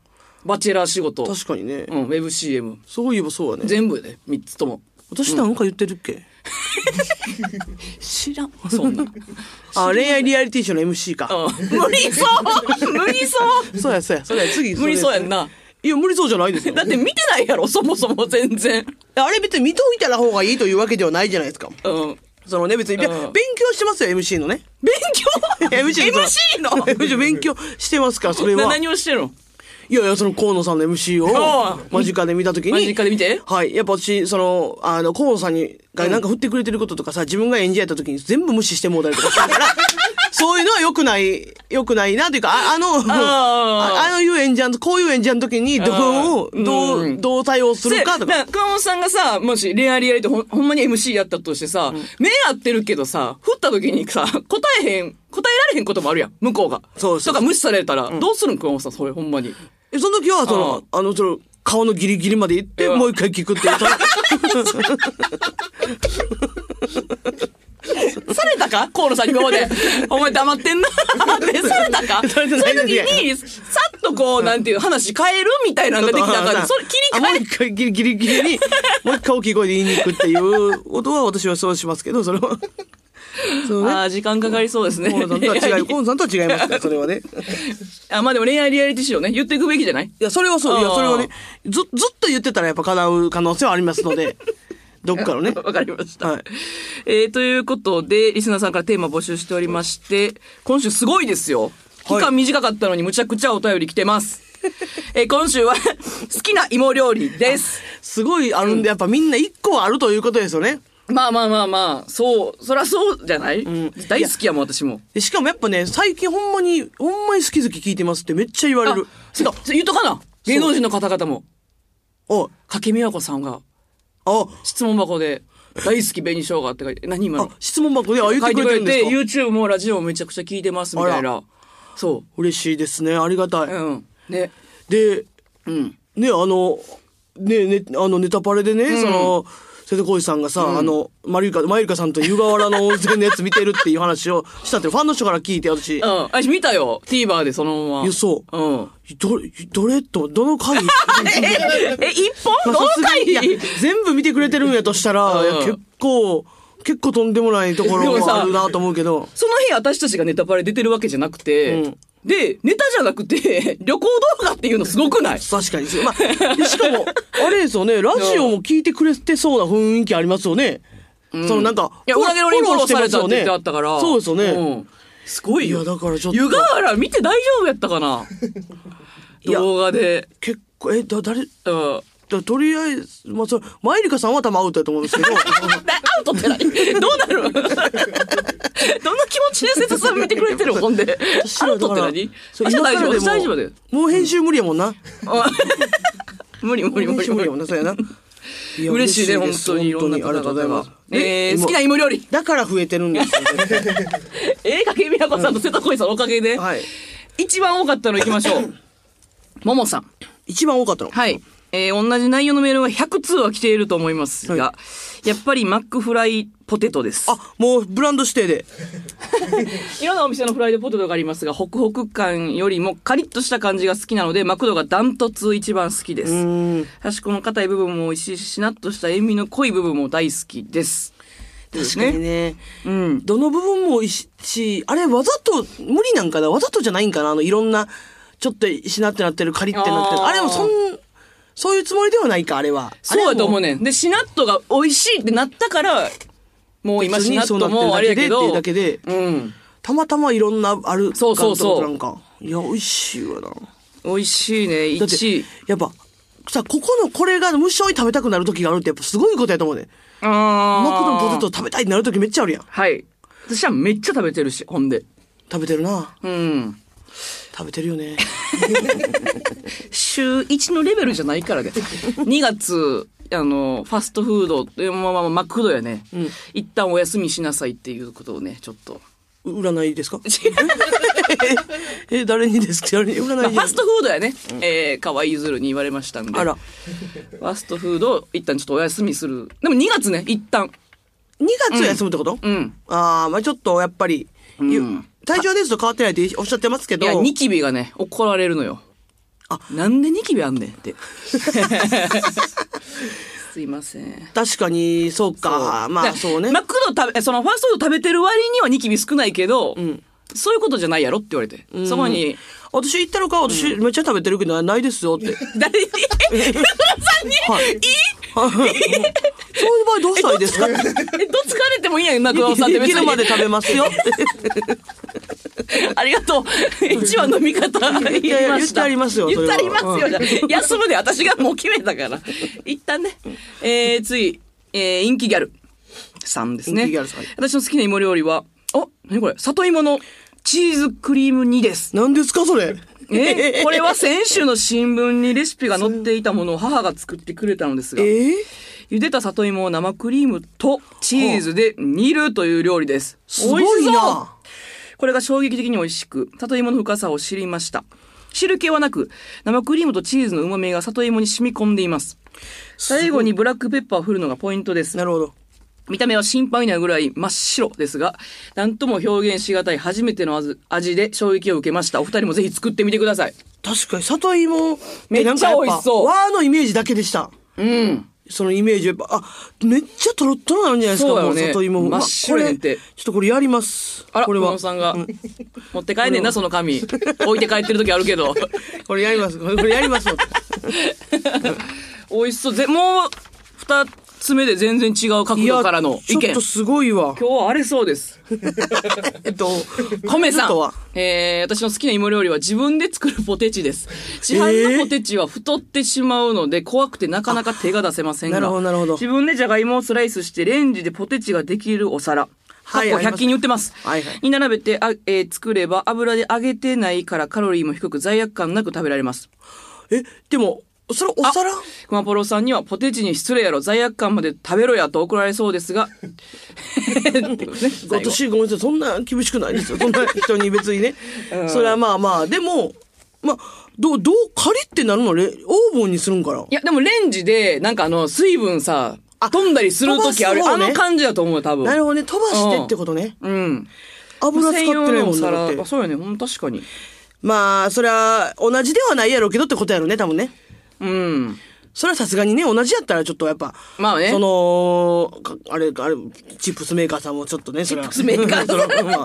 Speaker 1: バチェラー仕事。
Speaker 2: 確かにね。
Speaker 1: うん、WebCM。
Speaker 2: そういえばそうだね。
Speaker 1: 全部で、三つとも。
Speaker 2: 私なんか言ってるっけ、
Speaker 1: 知らん。 そん な。
Speaker 2: あ、恋愛リアリティショーの MC か。
Speaker 1: うん無理そう無理そう
Speaker 2: そうや、そうや。そうや、次。
Speaker 1: 無理そうやんな。
Speaker 2: いや、無理そうじゃないですよ。
Speaker 1: だって見てないやろ、そもそも全然。
Speaker 2: あれ別に見といたら方がいいというわけではないじゃないですか。
Speaker 1: うん。
Speaker 2: そのね、別に、いや
Speaker 1: うん
Speaker 2: 勉強してますよ、MC のね。
Speaker 1: 勉
Speaker 2: MC
Speaker 1: 強
Speaker 2: の
Speaker 1: ?MC の
Speaker 2: MC 勉強してますから、それ
Speaker 1: な
Speaker 2: は。
Speaker 1: 何をしてるの
Speaker 2: いやいや、その河野さんの MC を
Speaker 1: ああ
Speaker 2: 間近で見たときに。
Speaker 1: 間近で見て
Speaker 2: はい。やっぱ私、その、あの、河野さんに、がなんか振ってくれてることとかさ、自分が演じやったときに全部無視してもうたりとかする から、そういうのは良くない、良くないなというか、ああの、あ
Speaker 1: あ
Speaker 2: あのいう演者の、こういう演者のときに、どう、
Speaker 1: ああ
Speaker 2: ど
Speaker 1: う
Speaker 2: う、
Speaker 1: ん
Speaker 2: どう対応するか
Speaker 1: せ
Speaker 2: とか。
Speaker 1: な熊本さんがさ、もし恋愛リアリティほんほんまに MC やったとしてさ、目合ってるけどさ、振った時にさ、答えへん、答えられへんこともあるやん、向こうが。
Speaker 2: そうそう
Speaker 1: とか無視されたら、どうするん熊本さん、それほんまに。
Speaker 2: えその時は、その、あの、その、顔のギリギリまで行って、
Speaker 1: うん
Speaker 2: もう一回聞くっていう。その
Speaker 1: されたか河野さんに今まで。お前黙ってん な。ね、されたか
Speaker 2: さ
Speaker 1: そう
Speaker 2: れ
Speaker 1: い
Speaker 2: て
Speaker 1: う
Speaker 2: ないです
Speaker 1: 時に、さっとこう、なんていう、話変えるみたいなのができたから、それ切り
Speaker 2: あもう
Speaker 1: 替え
Speaker 2: 一回ギリギリギ リに、もう一回大きい声で言いに行くっていうことは私はそうしますけど、それ は。そうね。
Speaker 1: ああー、時間かかりそうですね。
Speaker 2: 河野さんとは違う、河野さんとは違いますから、それはね。
Speaker 1: あ、まあでも恋愛リアリティショーね、言っていくべきじゃない
Speaker 2: いや、それはそう、いや、
Speaker 1: あー
Speaker 2: それはね、ず、ずっと言ってたらやっぱ叶う可能性はあります ので、どっかのね。
Speaker 1: わかりました。
Speaker 2: はい
Speaker 1: えーということで、リスナーさんからテーマ募集しておりまして、今週すごいですよ。期
Speaker 2: はい
Speaker 1: 間短かったのにむちゃくちゃお便り来てます。えー今週は好きな芋料理です。
Speaker 2: すごいあるんで、やっぱみんな一個はあるということですよね。
Speaker 1: まあまあまあまあ、そう、そりゃそうじゃない、
Speaker 2: ん
Speaker 1: 大好きやもん、私も。
Speaker 2: でしかもやっぱね、最近ほんまに、ほんまに好き好き聞いてますってめっちゃ言われる。
Speaker 1: あそうか言っとかな芸能人の方々も、
Speaker 2: あ、
Speaker 1: かけみわこさんが
Speaker 2: あ、
Speaker 1: 質問箱で、大好き紅生姜って書いて、何今
Speaker 2: あ
Speaker 1: の、
Speaker 2: 質問箱で、あ、言っ
Speaker 1: 書
Speaker 2: て
Speaker 1: いて
Speaker 2: く
Speaker 1: く
Speaker 2: れて
Speaker 1: れ
Speaker 2: るんです
Speaker 1: て、
Speaker 2: か
Speaker 1: YouTube もラジオもめちゃくちゃ聞いてます、みたい
Speaker 2: あ
Speaker 1: な。そ
Speaker 2: 嬉しいですね。ありがたい。
Speaker 1: う。うん。ね。
Speaker 2: で、ね、あの、ね、ね、あの、ネタパレでね、その、瀬戸康史さんがさ、あの、マリウカ、マユリカさんと湯河原の温泉のやつ見てるっていう話をしたって、ファンの人から聞いて、私、
Speaker 1: うん。私見たよ。TVer でそのまま。。
Speaker 2: いや、そう
Speaker 1: うん。
Speaker 2: う、どれ、どれと、ど の回
Speaker 1: え、え、一本どの
Speaker 2: さすが
Speaker 1: 回
Speaker 2: にいや
Speaker 1: で
Speaker 2: 全部見てくれてるんやとしたら、
Speaker 1: うん
Speaker 2: いや結構、結構とんでもないところ
Speaker 1: でも
Speaker 2: も
Speaker 1: さ
Speaker 2: あるなと思うけど、
Speaker 1: その日私たちがネタバレ出てるわけじゃなくて、
Speaker 2: うん
Speaker 1: で、ネタじゃなくて、 旅行動画っていうのすごくない
Speaker 2: 確かにそう。まあ、でしか も、あれですよね、ラジオも聞いてくれてそうな雰囲気ありますよね。そのなんか、
Speaker 1: いや、
Speaker 2: フォ
Speaker 1: 裏切られにフォロー
Speaker 2: して
Speaker 1: さ
Speaker 2: ま
Speaker 1: れ
Speaker 2: す
Speaker 1: たって
Speaker 2: よ
Speaker 1: 言っ
Speaker 2: ね
Speaker 1: てあったから。
Speaker 2: そうですよね。
Speaker 1: ん。すごいよ。
Speaker 2: いやだからちょっと
Speaker 1: 湯河原見て大丈夫やったかな
Speaker 2: いや
Speaker 1: 動画で。
Speaker 2: 結構、え、だ、誰、
Speaker 1: うん。
Speaker 2: だとりあえず、まあ、それ、マイリカさんは多分アウトだと思うんです けど、
Speaker 1: アウトってないどう なるどんな気持ちで切さん見てくれてるほんで。
Speaker 2: 私
Speaker 1: ア
Speaker 2: ら
Speaker 1: ウ
Speaker 2: だ
Speaker 1: トっ
Speaker 2: か
Speaker 1: て
Speaker 2: ら
Speaker 1: 何
Speaker 2: そう
Speaker 1: あじゃあ大丈夫
Speaker 2: 今か
Speaker 1: 大
Speaker 2: らで
Speaker 1: 丈
Speaker 2: も
Speaker 1: 夫だよ。
Speaker 2: もう編集無理やもんな。
Speaker 1: 無理無理無
Speaker 2: 編
Speaker 1: 理
Speaker 2: 集無
Speaker 1: 無
Speaker 2: 理
Speaker 1: 理
Speaker 2: やもん。な、そうやな。いや
Speaker 1: 嬉しいね、本
Speaker 2: です
Speaker 1: 当に。いろんな
Speaker 2: あり
Speaker 1: 方
Speaker 2: がとうご
Speaker 1: 々
Speaker 2: ざいま
Speaker 1: が
Speaker 2: す。。
Speaker 1: えー好きな芋
Speaker 2: 今
Speaker 1: 料理。
Speaker 2: だから増えてるんですよね。
Speaker 1: ええかけみやこさんと瀬戸恋さんのおかげで。
Speaker 2: はい。
Speaker 1: 一番多かったのいきましょ う。ももさん。
Speaker 2: 一番多かったの。
Speaker 1: はい。えー同じ内容のメールは100通は来ていると思いますが、やっぱりマックフライポテトです。
Speaker 2: あ、もうブランド指定で。
Speaker 1: いろんなお店のフライドポテトがありますが、ホクホク感よりもカリッとした感じが好きなので、マクドがダントツ一番好きで
Speaker 2: う
Speaker 1: す。
Speaker 2: ーん。
Speaker 1: 端っこの硬い部分も美味しいし、しなっとした塩味の濃い部分も大好きです。
Speaker 2: 確かに
Speaker 1: ね。
Speaker 2: ね。
Speaker 1: うん。
Speaker 2: どの部分もいし、しあれわざと、無理なんかなわざとじゃないんかなあの、いろんな、ちょっとしなってなってる、カリってなってる。
Speaker 1: あー
Speaker 2: あれもそん、そういうつもりではないか、あれは。
Speaker 1: そうだと思う
Speaker 2: ね。
Speaker 1: ねん。で、しなっとが美味しいってなったから、もう今
Speaker 2: 別
Speaker 1: し
Speaker 2: に
Speaker 1: なっ
Speaker 2: そう
Speaker 1: と
Speaker 2: なってる
Speaker 1: もあ
Speaker 2: だ
Speaker 1: れ
Speaker 2: け
Speaker 1: や
Speaker 2: で
Speaker 1: け
Speaker 2: ってい
Speaker 1: ど
Speaker 2: うだ、けで、
Speaker 1: うん。
Speaker 2: たまたまいろんなある
Speaker 1: そうそうそう
Speaker 2: 感ってことなんか。いや、美味しいわな。
Speaker 1: 美味しいね、
Speaker 2: だって
Speaker 1: 1位。
Speaker 2: やっぱ、さ、ここのこれが無性に食べたくなる時があるってやっぱすごいことやと思うね。
Speaker 1: あ
Speaker 2: マクド
Speaker 1: ー
Speaker 2: のポテト食べたいってなる時めっちゃあるやん。
Speaker 1: はい。私はめっちゃ食べてるし、ほんで。
Speaker 2: 食べてるな。
Speaker 1: うん。
Speaker 2: 食べてるよ ね。
Speaker 1: 週1のレベルじゃない からね。2月、あの、ファストフード、えまあまあまあマクドやね、一旦お休みしなさいっていうことをね、ちょっと。
Speaker 2: う占いで すか え、誰にですか誰に
Speaker 1: まあ
Speaker 2: 占い
Speaker 1: ファストフードやね、えー、河合ゆずるに言われましたんで。
Speaker 2: あら。
Speaker 1: ファストフードを一旦ちょっとお休みする。でも2月ね、一旦。
Speaker 2: 2月休むってこと、
Speaker 1: うん。
Speaker 2: ああ、まあちょっとやっぱり、ゆ体調はですと変わってないっておっしゃってますけ
Speaker 1: い
Speaker 2: ど。
Speaker 1: や、ニキビがね、怒られるのよ。
Speaker 2: あ
Speaker 1: なんでニキビあんねん って。すいません。
Speaker 2: 確かに、そうか。ま
Speaker 1: だ
Speaker 2: あ
Speaker 1: から
Speaker 2: そうね。
Speaker 1: マクド食べ、そのファーストフード食べてる割にはニキビ少ないけど、
Speaker 2: ん
Speaker 1: そういうことじゃないやろって言われて。そこ に、
Speaker 2: 私行ったのか私めっちゃ食べてるけどないです よって。
Speaker 1: 誰に、え福田さんに、
Speaker 2: はい
Speaker 1: い、 い
Speaker 2: そういう場合どうしたらいいですかっ
Speaker 1: え、
Speaker 2: て。
Speaker 1: どつかれてもいいやん、マクド さんって別
Speaker 2: 昼
Speaker 1: に。
Speaker 2: まで食べますよって。
Speaker 1: ありがとう。一番の味方言い
Speaker 2: やいや
Speaker 1: ました。
Speaker 2: 言ってありますよそ
Speaker 1: 言っ
Speaker 2: れ
Speaker 1: て
Speaker 2: は
Speaker 1: ありますよ。じゃあ休むで私がもう決めたから。一旦ね。えー、次、えー、インキギャルさんですね。
Speaker 2: インキギャルさん
Speaker 1: 私の好きな芋料理は、あ、何これ里芋のチーズクリーム煮です。
Speaker 2: 何ですかそれ。
Speaker 1: えーこれは先週の新聞にレシピが載っていたものを母が作ってくれたのですが、
Speaker 2: ええ
Speaker 1: 茹でた里芋を生クリームとチーズで煮るという料理です。
Speaker 2: すごい
Speaker 1: 美味しそう
Speaker 2: な。
Speaker 1: これが衝撃的に美味しく、里芋の深さを知りました。汁気はなく、生クリームとチーズの旨味が里芋に染み込んでいます。最後にブラックペッパーを振るのがポイントです。
Speaker 2: なるほど。
Speaker 1: 見た目は心配ないぐらい真っ白ですが、なんとも表現しがたい初めての味味で衝撃を受けました。お二人もぜひ作ってみてください。
Speaker 2: 確かに、里芋、
Speaker 1: めっちゃ
Speaker 2: なんかやぱ
Speaker 1: 美味しそう
Speaker 2: 和のイメージだけでした。
Speaker 1: うん。
Speaker 2: そのイメージ、やっぱ、あ、めっちゃトロットロなんじゃないですか、
Speaker 1: そうだよね
Speaker 2: も里芋も。
Speaker 1: 真っ白やんて
Speaker 2: まあこれちょっとこれやります。
Speaker 1: あら、
Speaker 2: こ
Speaker 1: こ
Speaker 2: れ
Speaker 1: れ
Speaker 2: は。
Speaker 1: さんが、持って帰んねんな、その紙。置いて帰ってる時あるけ ど。
Speaker 2: これやります。これこれやりま すよ。
Speaker 1: 美味しそう。ぜもう、二つ目で全然違う角
Speaker 2: い
Speaker 1: 度からの意
Speaker 2: ちょっ
Speaker 1: 見
Speaker 2: と。すごいわ。
Speaker 1: 今日は荒れそう です。
Speaker 2: えっと、
Speaker 1: 米さん
Speaker 2: ちょっとは。
Speaker 1: えー、私の好きな芋料理は自分で作るポテチです。市販のポテチは太ってしまうので怖くてなかなか手が出せませんが。
Speaker 2: あなるほどなるほど
Speaker 1: 自分でじゃがいもをスライスしてレンジでポテチができるお皿。
Speaker 2: は
Speaker 1: はいい、100均に売ってます。
Speaker 2: はいはい
Speaker 1: に並べてあ、えー作れば油で揚げてないからカロリーも低く罪悪感なく食べられます。
Speaker 2: え、でも、それお皿
Speaker 1: 熊ポロさんにはポテチに失礼やろ、罪悪感まで食べろやと怒られそうです が。ってことね最後
Speaker 2: 私ごめんなさいそんな厳しくないですよそんな人に別に ね、それはまあまあでもまあどうどうカリってなるのレオーブンにするんかない
Speaker 1: や、でもレンジで、なんかあの、水分さ、
Speaker 2: あ
Speaker 1: 飛んだりするときある、
Speaker 2: 飛ば
Speaker 1: あ
Speaker 2: す方ね
Speaker 1: の感じだと思うよ、多分。
Speaker 2: なるほどね飛ばしてってことね
Speaker 1: うん。
Speaker 2: 油使ってないもんな
Speaker 1: 専用の
Speaker 2: だ
Speaker 1: お
Speaker 2: っ
Speaker 1: 皿あ
Speaker 2: て
Speaker 1: そうよね、ほん確かに。
Speaker 2: まあそれは同じではないやろうけどってことやろね多分ね
Speaker 1: うん。
Speaker 2: それはさすがにね、同じやったらちょっとやっぱ、
Speaker 1: まあね
Speaker 2: その、かあれ、あれ、チップスメーカーさんもちょっとね、チ
Speaker 1: チップスメーカーさん
Speaker 2: それは まあ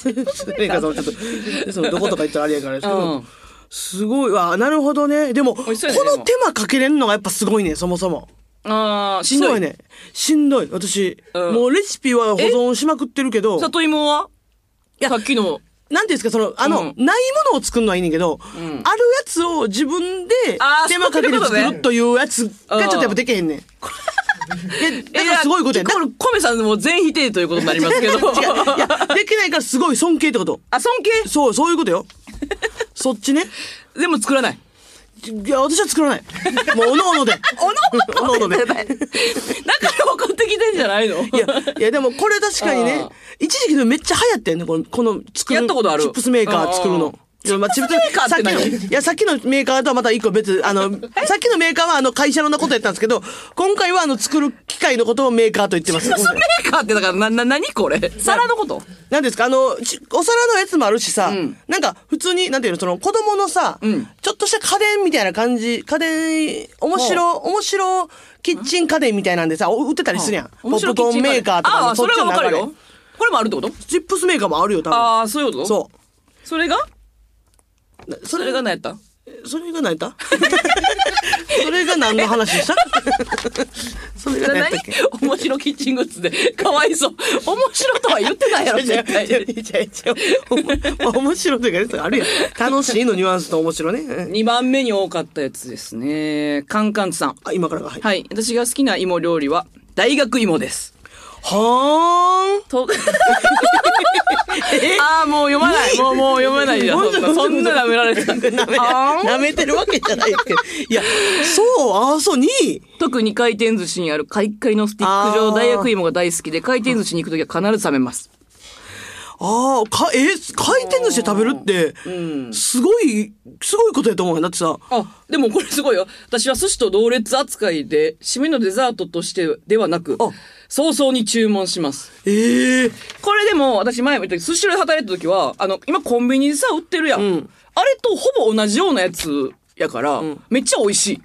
Speaker 2: チップスメーカーさんもちょっと、 そのどことか言ったらあれやからですけど、
Speaker 1: うん
Speaker 2: すごいわ、なるほどね。でも、
Speaker 1: 美味しそうやね
Speaker 2: この手間かけれんのがやっぱすごいね、そもそも。
Speaker 1: ああ、しんど
Speaker 2: そう
Speaker 1: い。
Speaker 2: やね。しんどい。私、
Speaker 1: うん
Speaker 2: もうレシピは保存しまくってるけど、
Speaker 1: 里芋はい
Speaker 2: や
Speaker 1: さっきの。
Speaker 2: なんていうんですか、その、あの、
Speaker 1: うん
Speaker 2: ないものを作るのはいいねんけど、あるやつを自分で
Speaker 1: あー
Speaker 2: 手間かけて
Speaker 1: そういうこと
Speaker 2: 作
Speaker 1: ね
Speaker 2: るというやつがちょっとやっぱできへんねん。え、だからすごいことや
Speaker 1: いやこれ、米さんも全否定ということになりますけど。
Speaker 2: 違ういや、できないからすごい尊敬ってこと。
Speaker 1: あ、尊敬
Speaker 2: そう、そういうことよ。そっちね。
Speaker 1: でも作らない。
Speaker 2: いや、私は作らない。もう、おのおので。 お のおので。
Speaker 1: 仲良く送ってきてんじゃないの
Speaker 2: いや、いやでもこれ確かにね
Speaker 1: あー、
Speaker 2: 一時期でめっちゃ流行ったよね、この、この作る。
Speaker 1: やったことある
Speaker 2: チップスメーカー作る
Speaker 1: あ
Speaker 2: の
Speaker 1: ー。
Speaker 2: いやまあチップス
Speaker 1: メーカーって何
Speaker 2: さっきのいや、さっきのメーカーとはまた一個別、 あの、さっきのメーカーはあの会社のことやったんですけど、今回はあの作る機械のことをメーカーと言ってます。
Speaker 1: メーカーってだから、な、な、何これ皿のこと
Speaker 2: なんですかあの、ちお皿のやつもあるしさ、
Speaker 1: ん
Speaker 2: なんか普通に、なんていうの、その子供のさ、
Speaker 1: ん
Speaker 2: ちょっとした家電みたいな感じ、家電、面白、面白キッチン家電みたいなんでさ、お売ってたりするやん。ポ
Speaker 1: 面
Speaker 2: ッ
Speaker 1: 白
Speaker 2: プ
Speaker 1: いキ
Speaker 2: コ
Speaker 1: ッ
Speaker 2: ー
Speaker 1: チ
Speaker 2: ン
Speaker 1: カ
Speaker 2: メーカーとか
Speaker 1: ああ、
Speaker 2: の
Speaker 1: そ
Speaker 2: っ
Speaker 1: れ
Speaker 2: ち
Speaker 1: は
Speaker 2: の
Speaker 1: わ
Speaker 2: 流
Speaker 1: か
Speaker 2: れ
Speaker 1: るよ。これもあるってこと
Speaker 2: チップスメーカーもあるよ、多分。
Speaker 1: ああ、そういうこと
Speaker 2: そ
Speaker 1: それが
Speaker 2: う。なそ
Speaker 1: それ
Speaker 2: れ
Speaker 1: が
Speaker 2: が、
Speaker 1: 何やった
Speaker 2: それが何やった それが何の話したそれが何や
Speaker 1: 何
Speaker 2: ったっけ
Speaker 1: 面白キッチングッズで。 かわいそう。面白とは言って ないやろ、
Speaker 2: いや
Speaker 1: 絶
Speaker 2: い
Speaker 1: 対
Speaker 2: やいやいやいやほんま面白いというかね、あるやん。楽しいのニュアンスと面白いね。
Speaker 1: 2番目に多かったやつですね。カンカンさん。
Speaker 2: あ、今からが。はい。
Speaker 1: はい。私が好きな芋料理は、大学芋です。
Speaker 2: はーん。
Speaker 1: と、 ああ、もう読ま ない。もう、もう読めないよ。そんな、そんな舐められてた。
Speaker 2: 舐め
Speaker 1: あー
Speaker 2: 舐めてるわけじゃないですけど。いや、そう、ああ、そう、2位。
Speaker 1: 特に回転寿司にあるカリッカリのスティック
Speaker 2: あ
Speaker 1: 状
Speaker 2: ー
Speaker 1: 大学芋が大好きで、回転寿司に行くときは必ず冷めます。
Speaker 2: ああ、か、え、回転寿司で食べるって、すごい、すごいことやと思うよ。だってさ、
Speaker 1: あ、でもこれすごいよ。私は寿司と同列扱いで、締めのデザートとしてではなく
Speaker 2: あ、
Speaker 1: 早々に注文します。
Speaker 2: ええ
Speaker 1: これでも、私前も言ったけど、寿司で働いた時は、あの、今コンビニでさ、売ってるやん。あれとほぼ同じようなやつやから、めっちゃ美味しい。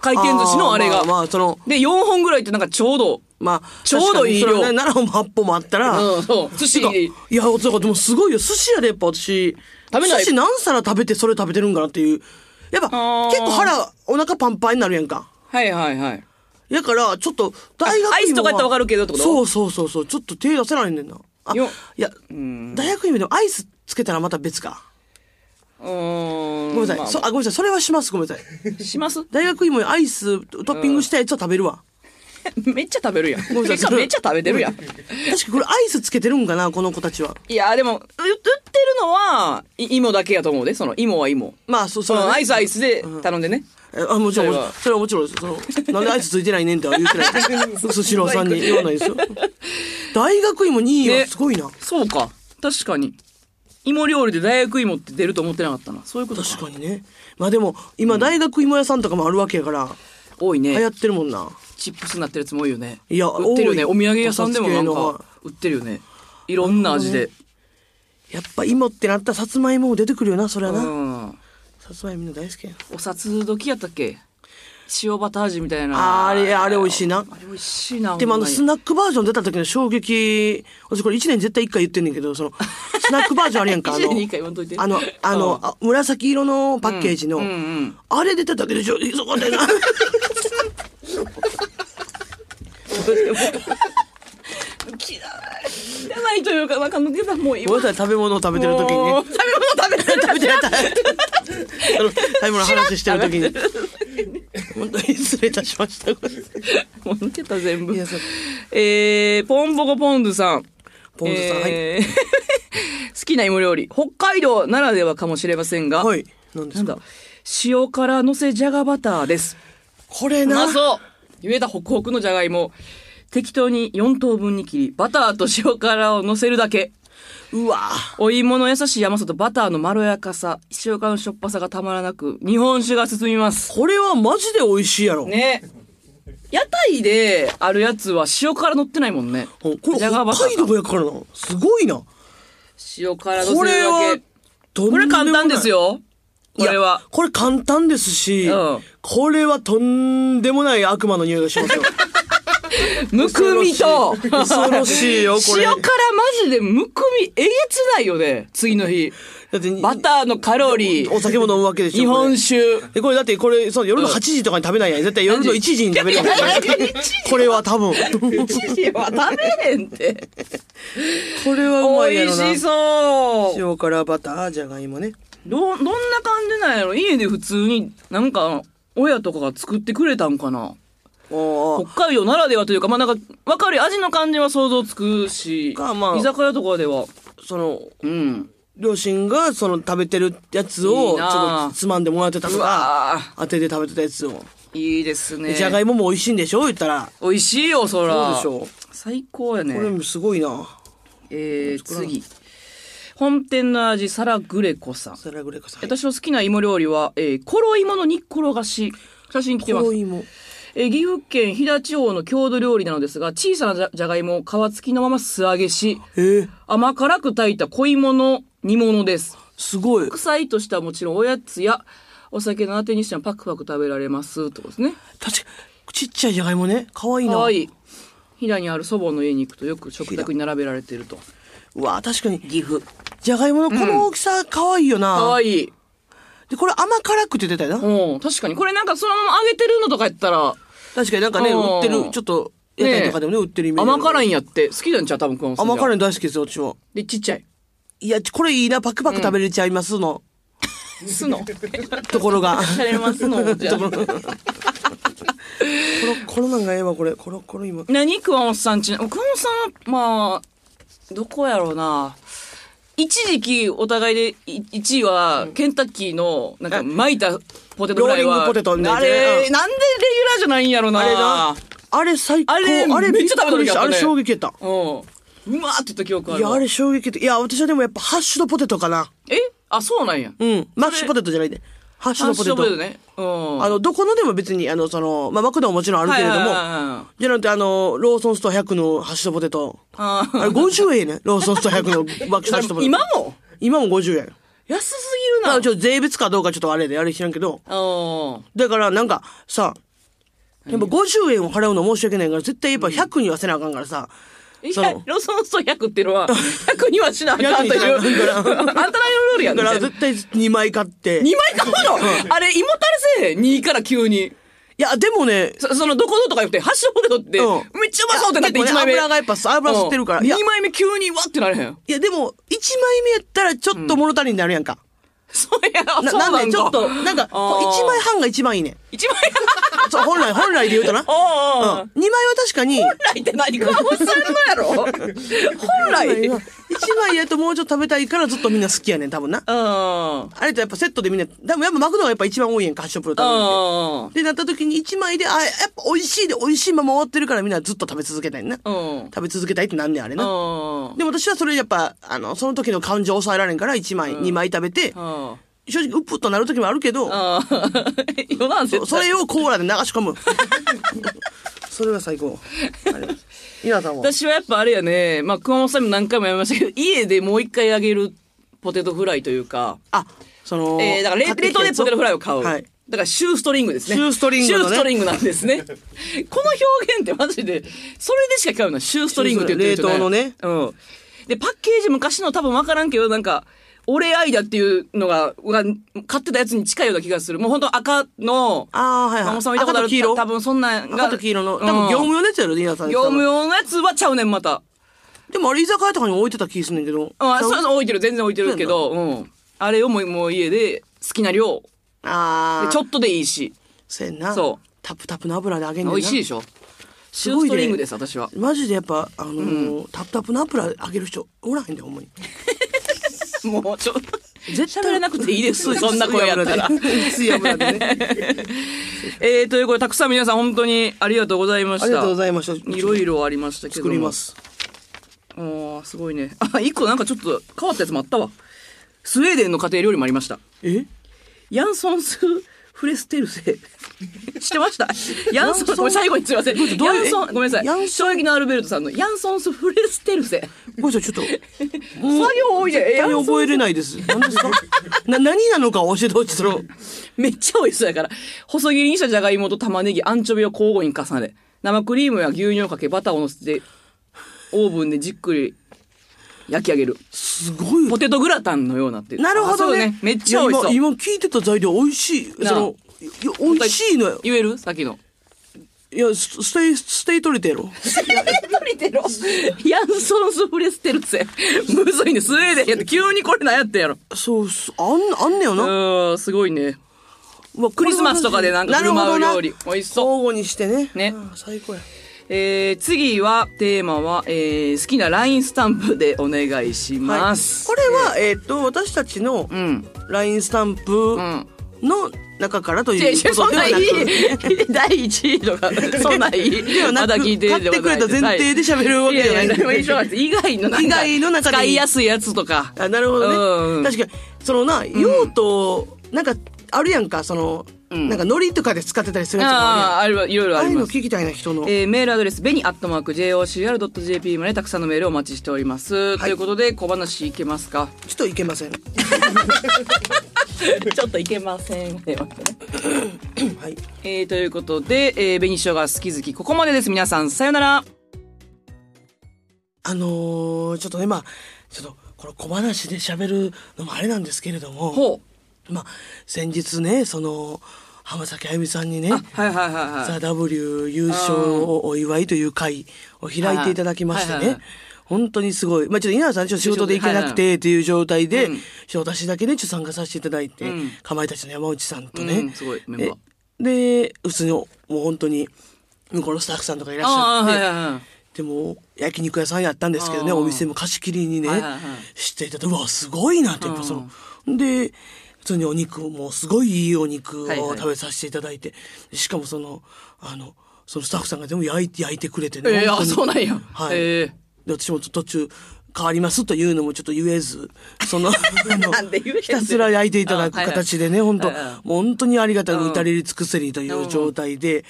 Speaker 1: 回転寿司のあれが。
Speaker 2: まあ、まあ、その、
Speaker 1: で、4本ぐらいってなんかちょうど、
Speaker 2: まあ、
Speaker 1: ちょうどいい量
Speaker 2: 確かにそれはね、7本も8本もあったら、
Speaker 1: うん、そう、寿司
Speaker 2: てかいや、だからでもすごいよ。寿司屋でやっぱ私、
Speaker 1: 食べない
Speaker 2: 寿司何皿食べてそれ食べてるんかなっていう。やっぱ、
Speaker 1: あー
Speaker 2: 結構腹、お腹パンパンになるやんか。
Speaker 1: はいはいはい。
Speaker 2: だから、ちょっと、大学芋は
Speaker 1: あアイスとかやったらわかるけどってこと
Speaker 2: そうそうそうそう。ちょっと手出せられんねんな。あ、い
Speaker 1: よ
Speaker 2: や、大学芋でもアイスつけたらまた別か。
Speaker 1: うーん。
Speaker 2: ごめんなさい。
Speaker 1: まあ
Speaker 2: そあ、ごめんなさい。それはします。ごめんなさい。
Speaker 1: します
Speaker 2: 大学芋にアイストッピングしたやつは食べるわ。
Speaker 1: めっちゃ食べるやん。
Speaker 2: ごめんな
Speaker 1: 結
Speaker 2: さ い
Speaker 1: 果めっちゃ食べてるやん。
Speaker 2: 確かこれアイスつけてるんかな、この子たちは。
Speaker 1: いや、でも、う売ってるのは、い芋だけやと思うで、その、芋は芋。
Speaker 2: まあ、そ、
Speaker 1: そ
Speaker 2: そ
Speaker 1: の、アイスアイ
Speaker 2: ス。
Speaker 1: スで頼んでね。
Speaker 2: えあ、もちろ
Speaker 1: それ
Speaker 2: ん、それ
Speaker 1: は
Speaker 2: はもちろんです。その、なんでアイスついてないねんっ ては言ってないです。スシローさんに言わないですよ。大学芋2位はすごいな。
Speaker 1: そうか。確かに。芋料理で大学芋って出ると思ってなかったな。そういうこと
Speaker 2: 確かにね。まあでも、今大学芋屋さんとかもあるわけやから、
Speaker 1: 多い
Speaker 2: 流行
Speaker 1: ね
Speaker 2: っ。てるもんな。
Speaker 1: チップスになってるやつも多いよね。
Speaker 2: いや
Speaker 1: 売ってるよね。お
Speaker 2: 多い
Speaker 1: 土産屋さんでもなん
Speaker 2: お札付
Speaker 1: か、売ってるよね。いろんな味で。
Speaker 2: やっぱ芋ってなったらさつまいもも出てくるよな、それは
Speaker 1: う
Speaker 2: な。
Speaker 1: ん。
Speaker 2: さつまいもみんな大好きやな。
Speaker 1: お札時やったっけ塩バター味みたいな。
Speaker 2: ああれ、あれ美味しいな。
Speaker 1: あれ美味しいな。
Speaker 2: でも
Speaker 1: ほ
Speaker 2: あ
Speaker 1: ん
Speaker 2: の
Speaker 1: まに
Speaker 2: スナックバージョン出た時の衝撃、私これ1年絶対1回言ってんねんけど、その、スナックバージョンあるやんか、あ
Speaker 1: 一
Speaker 2: の
Speaker 1: 年に一回言わんといて、
Speaker 2: あの、あの、あ紫色のパッケージの、
Speaker 1: うんうん
Speaker 2: あれ出ただけで衝撃、そ こでな。
Speaker 1: じゃないというか、なんか抜けたもう今。
Speaker 2: ごめんなさい食べ物を食べてる時に
Speaker 1: もう 食
Speaker 2: ね。
Speaker 1: べ物食べてる
Speaker 2: 食べてる、食べてる。食べ物の話してる時に。本当に失礼いたしました。
Speaker 1: もう抜けた全部
Speaker 2: いやそう。
Speaker 1: えー、ポンボコポンドゥさん。
Speaker 2: ポンズさん、はい。
Speaker 1: えー 好きな芋料理。北海道ならではかもしれませんが。
Speaker 2: はい。何で
Speaker 1: な
Speaker 2: す
Speaker 1: ん
Speaker 2: か
Speaker 1: だ。塩辛のせじゃがバターです。
Speaker 2: これ
Speaker 1: う
Speaker 2: な
Speaker 1: ま。そうゆえたホクホクのじゃがいも。適当に4等分に切り、バターと塩辛を乗せるだけ。
Speaker 2: うわ
Speaker 1: お芋の優しい甘さとバターのまろやかさ、塩辛のしょっぱさがたまらなく、日本酒が進みます。
Speaker 2: これはマジで美味しいやろ。
Speaker 1: ね。屋台であるやつは塩辛乗ってないもんね。
Speaker 2: これ北
Speaker 1: じゃがバター
Speaker 2: 海道やからな。すごいな。
Speaker 1: 塩辛乗
Speaker 2: こ
Speaker 1: せ
Speaker 2: れ
Speaker 1: るだ
Speaker 2: は
Speaker 1: け。、
Speaker 2: と
Speaker 1: こ
Speaker 2: んでもな
Speaker 1: れ
Speaker 2: い
Speaker 1: 簡単です。よ。これは。
Speaker 2: これ簡単ですし、
Speaker 1: うん
Speaker 2: これはとんでもない悪魔の匂いがし ますよ。
Speaker 1: むくみと、
Speaker 2: 恐ろしい恐ろしいよこれ
Speaker 1: 塩辛マジでむくみえげつないよね、次の日。
Speaker 2: だってに
Speaker 1: バターのカロリ
Speaker 2: お
Speaker 1: ー、
Speaker 2: 酒も飲むわけでしょ。
Speaker 1: 日本 酒。
Speaker 2: で、これだってこれ、そう夜の8時とかに食べないやん。絶対夜の1時に食べるわけ
Speaker 1: 何時
Speaker 2: じゃないこれは多分。
Speaker 1: 一時は食べへんって。
Speaker 2: これはうまい
Speaker 1: 美
Speaker 2: やろ
Speaker 1: 味
Speaker 2: な。
Speaker 1: しそう。
Speaker 2: 塩辛バター、じゃがいもね。
Speaker 1: ど、どんな感じなんやろ家で普通になんか、親とかが作ってくれたんかな
Speaker 2: おー
Speaker 1: 北海道ならではというか、まあ、なんか、わかる味の感じは想像つくし、
Speaker 2: かまあ
Speaker 1: 居酒屋とかでは、
Speaker 2: その、
Speaker 1: うん。
Speaker 2: 両親がその食べてるやつを、
Speaker 1: いい
Speaker 2: ちょ
Speaker 1: な
Speaker 2: っ
Speaker 1: あ
Speaker 2: とつまんでもらってたと
Speaker 1: う
Speaker 2: か、
Speaker 1: わー
Speaker 2: 当てて食べてたやつを。
Speaker 1: いいですね。
Speaker 2: でじゃがいもも美味しいんでしょ言ったら。
Speaker 1: 美味しいよ、そら。
Speaker 2: そうでし
Speaker 1: 最高や
Speaker 2: ょ。こ
Speaker 1: ね。
Speaker 2: れもすごいな。
Speaker 1: えー、次。本店の味、サラグレコさん。
Speaker 2: サラグレコさん。
Speaker 1: 私の好きな芋料理は、えー、コロ芋の煮っころがし。写真来てます
Speaker 2: 黒。芋。
Speaker 1: えー岐阜県飛騨地方の郷土料理なのですが、小さなじゃじゃがいもを皮付きのまま素揚げし、
Speaker 2: えー、
Speaker 1: 甘辛く炊いた小芋の煮物です。
Speaker 2: すごい。
Speaker 1: 臭いとしてはもちろんおやつや、お酒のあてにしてもパクパク食べられます。ってことですね。
Speaker 2: 確か、ちっちゃいじゃがいもね。かわいいな。
Speaker 1: かわいい。飛騨にある祖母の家に行くとよく食卓に並べられていると。
Speaker 2: うわ、確かに。
Speaker 1: 岐阜。
Speaker 2: じゃがいものこの大きさ、かわいいよな。
Speaker 1: かわいい。
Speaker 2: で、これ甘辛くって出たよな。
Speaker 1: うん、確かに。これなんかそのまま揚げてるのとかやったら、
Speaker 2: 確かになんかね、
Speaker 1: うん
Speaker 2: 売ってる、ちょっと、屋台とかでもね、売ってるイメージ。
Speaker 1: 甘辛
Speaker 2: い。
Speaker 1: いんやって。好きなんちゃう多分、熊本さんじゃ
Speaker 2: 甘辛いの大好きですよ、私も。
Speaker 1: で、ちっ ちゃい。
Speaker 2: いや、これいいな、パクパク食べれちゃいますの。
Speaker 1: 酢 の。
Speaker 2: ところが。
Speaker 1: されます の。じゃあ
Speaker 2: コロコロなんがええわ、これ。コロコロ今。
Speaker 1: 何熊本さんちな、熊本さんは、まあ、どこやろうな。一時期、お互いで、い一位は、ケンタッキーの、なんか、巻いたポテトフライは。
Speaker 2: ローリングポテトみた
Speaker 1: あ
Speaker 2: いなやつね
Speaker 1: れ、
Speaker 2: うん
Speaker 1: なんでレギュラーじゃないんやろな。
Speaker 2: あれな。あれ最高。
Speaker 1: あれめっちゃ食べた時
Speaker 2: びくりし
Speaker 1: あ
Speaker 2: た
Speaker 1: った
Speaker 2: あ
Speaker 1: ね
Speaker 2: れ衝撃やった。
Speaker 1: うん。うまーって言った記憶あ
Speaker 2: い
Speaker 1: る
Speaker 2: や、
Speaker 1: わ。
Speaker 2: あれ衝撃やった。いや、私はでもやっぱハッシュドポテトかな。
Speaker 1: えあ、そうなんや。
Speaker 2: うん。マッシュポテトじゃないで。ハッシュドポテ
Speaker 1: ハッシュドポテト
Speaker 2: ト。
Speaker 1: ね。うん。
Speaker 2: あの、どこのでも別に、あの、その、まあ、マクドももちろんあるけれど
Speaker 1: はい
Speaker 2: も
Speaker 1: はいはいはい、
Speaker 2: じゃなくて、あの、ローソンスト100のハッシュドポテト。
Speaker 1: あ
Speaker 2: あれ50円やね。ローソンスト100の 爆笑ハッシュド
Speaker 1: ー
Speaker 2: ポテト。
Speaker 1: 今も
Speaker 2: 今も50円。
Speaker 1: 安すぎる
Speaker 2: ま
Speaker 1: な。
Speaker 2: あ、ちょっと税別かどうかちょっとあれで、あれ知らんけど。
Speaker 1: うん。
Speaker 2: だからなんかさ、やっぱ50円を払うの申し訳ないから、絶対やっぱ100にはせなあかんからさ、
Speaker 1: い
Speaker 2: そ
Speaker 1: や
Speaker 2: の、
Speaker 1: ローソンスト100っていうのは、100にはしなあかんという、あん
Speaker 2: 100に
Speaker 1: たらの
Speaker 2: は
Speaker 1: ルールや
Speaker 2: だ
Speaker 1: ん
Speaker 2: か
Speaker 1: みたいな。
Speaker 2: ら絶対2枚買っ
Speaker 1: 2
Speaker 2: て。
Speaker 1: 枚買うのあれ、胃もたれせえへん ?2 から急に。
Speaker 2: いや、でもね、
Speaker 1: そその、どこのとか言って、ハッシュドポテトって、
Speaker 2: うん
Speaker 1: めっちゃうまそうってなって
Speaker 2: 結構ね
Speaker 1: 1枚目。
Speaker 2: 油がやっぱさ油吸ってるからいや
Speaker 1: 2枚目急にわってなれへん。
Speaker 2: いやでも、1枚目やったらちょっと物足りになるやんか。
Speaker 1: そうや、
Speaker 2: な
Speaker 1: そうなん
Speaker 2: なんでちょっと、なんか、1
Speaker 1: 半。
Speaker 2: 枚半が一番いいねん。
Speaker 1: 1枚
Speaker 2: そう、本来、本来で言うとな。うん。
Speaker 1: 半。おーおーおー。
Speaker 2: 2枚は確かに、
Speaker 1: 本来って何かおっさんのやろ本来。
Speaker 2: 1
Speaker 1: うん。
Speaker 2: 枚やともうちょっと食べたいからずっとみんな好きやねん、多分な。あれとやっぱセットでみんな、多分やっぱマクドがやっぱ一番多いやんか、ハッシュドプロ多分。
Speaker 1: う
Speaker 2: で、なった時に1枚で、あ、やっぱ美味しいで美味しいまま終わってるからみんなずっと食べ続けたいな。
Speaker 1: ん。うん。
Speaker 2: 食べ続けたいってなんねん、あれな。
Speaker 1: うん。
Speaker 2: でも私はそれやっぱ、あの、その時の感情を抑えられんから1枚、2枚食べて、
Speaker 1: うん。
Speaker 2: 正直うっぷっとなる時もあるけど、
Speaker 1: ああ、 余談
Speaker 2: そ
Speaker 1: 絶
Speaker 2: そ
Speaker 1: 対。
Speaker 2: れをコーラで流し込む。 それは最高。あれ皆さんは。
Speaker 1: 私はやっぱあれやね、まあ、熊本さんにも何回もやりましたけど、 家でもう一回揚げるポテトフライというか、
Speaker 2: あ、その、
Speaker 1: えー、だから冷
Speaker 2: 買って
Speaker 1: 冷
Speaker 2: きた
Speaker 1: 凍で
Speaker 2: やつを
Speaker 1: ポテトフライを買う。
Speaker 2: はい。
Speaker 1: だからシューストリングですね。
Speaker 2: シューストリングのね
Speaker 1: シューストリングなんですね。 この表現ってマジで、それでしか買うな。シューストリングって言ってる人、ね、
Speaker 2: 冷凍のね
Speaker 1: うん。で、パッケージ昔の多分わからんけど、なんか、俺愛だっていうのが、が買ってたやつに近いような気がする。もう本当赤の、
Speaker 2: ああ、はいはい。
Speaker 1: マモさんも見たことある。
Speaker 2: 赤と黄色
Speaker 1: た多分そんなんが。
Speaker 2: 赤と黄色の、
Speaker 1: う
Speaker 2: 多
Speaker 1: ん
Speaker 2: 分業務用のやつやろ、皆さん。
Speaker 1: 業務。用のやつはちゃうねん、また。
Speaker 2: でもあれ居酒屋とかに置いてた気すんねんけど。
Speaker 1: あ、そう
Speaker 2: ちゃ
Speaker 1: そう、置いてる、全然置いてるけど、うん。あれをもうもう家で好きな量、
Speaker 2: あ
Speaker 1: で
Speaker 2: あ。
Speaker 1: ちょっとでいいし、
Speaker 2: せやんな。
Speaker 1: そう
Speaker 2: タプタプの油で揚げんねん
Speaker 1: 美
Speaker 2: な。
Speaker 1: 味しいでしょ。シュー
Speaker 2: ごいね
Speaker 1: ストリングです、私は。
Speaker 2: マジでやっぱ、あのータプタプの油揚げる人おらへんで、ほんまに。
Speaker 1: もう、ちょっと。
Speaker 2: 絶
Speaker 1: 喋らなくていいです、 そんな声やった ら。
Speaker 2: 薄い油 でね。
Speaker 1: えー、ということで、たくさん皆さん本当にありがとうございました。
Speaker 2: ありがとうございました。
Speaker 1: いろいろありましたけども。
Speaker 2: 作ります。
Speaker 1: おーすごいね。あ、一個なんかちょっと変わったやつもあったわ。スウェーデンの家庭料理もありました。
Speaker 2: え
Speaker 1: ヤンソンスフフレステルセ。 知ってましたヤンソ
Speaker 2: ヤンソ
Speaker 1: ン、
Speaker 2: ン
Speaker 1: これ最後にすいません。
Speaker 2: どういう
Speaker 1: ヤンソン、ごめんなさい。
Speaker 2: ヤンソン
Speaker 1: 衝撃のアルベルトさんのヤンソンスフレステルセ。
Speaker 2: ごめん なさい、ちょっと。
Speaker 1: 作業多い
Speaker 2: 絶
Speaker 1: ね。
Speaker 2: 対覚えれないです。何です かな、何なのか教えてほしい。その、
Speaker 1: めっちゃ美味しそうやから。細切りにしたじゃがいもと玉ねぎ、アンチョビを交互に重ね、生クリームや牛乳をかけ、バターをのせて、オーブンでじっくり焼き上げる。
Speaker 2: すごい。
Speaker 1: ポテトグラタンのようなって。
Speaker 2: なるほど
Speaker 1: あそう
Speaker 2: ね。
Speaker 1: めっちゃ美味しそう。
Speaker 2: いや今、今聞いてた材料美味しい。
Speaker 1: なあ
Speaker 2: その、いや美味しいのよ。
Speaker 1: 言えるさっきの。
Speaker 2: いや、スステイ、ステイ取れてやろ。
Speaker 1: トリテロ。ヤンソンスフレステルセ。むずいね。スウェーデンやって急にこれなんやってんやろ。
Speaker 2: そう、すあん、あんねよな。
Speaker 1: うん、すごいね。
Speaker 2: うわ
Speaker 1: クリスマスとかでなんか振る舞う料理
Speaker 2: なるほどな
Speaker 1: 美味しそう
Speaker 2: 交互にしてね。
Speaker 1: ね
Speaker 2: ああ最高や。
Speaker 1: えー、次は、テーマは、えー、好きな LINE スタンプでお願いし
Speaker 2: はい
Speaker 1: ます。
Speaker 2: これは、えーっと、私たちの
Speaker 1: うん。
Speaker 2: LINE スタンプ
Speaker 1: ん
Speaker 2: の中からと
Speaker 1: いやい
Speaker 2: いう
Speaker 1: や
Speaker 2: こ
Speaker 1: そ
Speaker 2: と
Speaker 1: ん
Speaker 2: で
Speaker 1: な
Speaker 2: はいなく。
Speaker 1: い。第一位と か、そんないい
Speaker 2: で。はな
Speaker 1: まだ
Speaker 2: く
Speaker 1: 聞いてるではない
Speaker 2: 買ってくれた前提で喋るわけじゃない
Speaker 1: いやいやもう一緒なんです以外のなんか
Speaker 2: 以外の中で
Speaker 1: 使いやすいやつとか。
Speaker 2: あなるほどね、
Speaker 1: うんうん
Speaker 2: 確かにそのな用途、なんかあるやんかその、
Speaker 1: うん
Speaker 2: なんか海苔とかで使ってたりするやつもあるやん
Speaker 1: ああ、あるわいろいろ
Speaker 2: あ
Speaker 1: あ
Speaker 2: あい
Speaker 1: り
Speaker 2: うの
Speaker 1: ます。
Speaker 2: 聞きたいな人の、
Speaker 1: えーメールアドレス、ベニアットマーク JOCR.jp までたくさんのメールをお待ちしております。ということで、小話いけますか
Speaker 2: ちょっといけません
Speaker 1: ちょっといけません。
Speaker 2: はい
Speaker 1: えー、ということで、えー、紅しょが好き好き、ここまでです。皆さん、さよなら。
Speaker 2: あのー、ちょっとねまあちょっとこの小話で喋るのもあれなんですけれども
Speaker 1: ほ
Speaker 2: まあ先日ねその浜崎あゆみさんにね
Speaker 1: う。あ、はいはいはいは
Speaker 2: ザ・
Speaker 1: い。
Speaker 2: W 優勝をお祝いという会を開いていただきまして
Speaker 1: はいはいはい
Speaker 2: ね。本当にすごい。まあ、ちょっと稲田さん、ちょっと仕事で行けなくてっていう状態で、
Speaker 1: うん
Speaker 2: ちょっと私だけね、ちょっと参加させていただいて、
Speaker 1: うん
Speaker 2: かまいたちの山内さんとね。
Speaker 1: うんすごいメンバー
Speaker 2: えで、普通に、もう本当に、向こうのスタッフさんとかいらっ
Speaker 1: あ
Speaker 2: しゃ
Speaker 1: あ、
Speaker 2: って、
Speaker 1: はいはいはい。
Speaker 2: でも、焼肉屋さんやったんですけどね、
Speaker 1: あー
Speaker 2: お店も貸し切りにね、
Speaker 1: はいはいはい
Speaker 2: していただいて、うわ、すごいなって、やっぱその、で、普通にお肉もうすごいいいお肉
Speaker 1: はいは
Speaker 2: を
Speaker 1: い
Speaker 2: 食べさせていただいて、しかもその、あの、そのスタッフさんがでも焼いて、焼いてくれてね。
Speaker 1: えー、
Speaker 2: 本当
Speaker 1: あ、
Speaker 2: に
Speaker 1: そうなんや。
Speaker 2: はい。
Speaker 1: えー
Speaker 2: で、私も途中、変わりますというのもちょっと言えず、その、あの
Speaker 1: なんで言えんねん
Speaker 2: ひたすら焼いていただく
Speaker 1: あはいはい
Speaker 2: 形でね、本当
Speaker 1: はいはい
Speaker 2: もう本当にありがた
Speaker 1: う
Speaker 2: く
Speaker 1: ん
Speaker 2: 至れり尽くせりという状態で、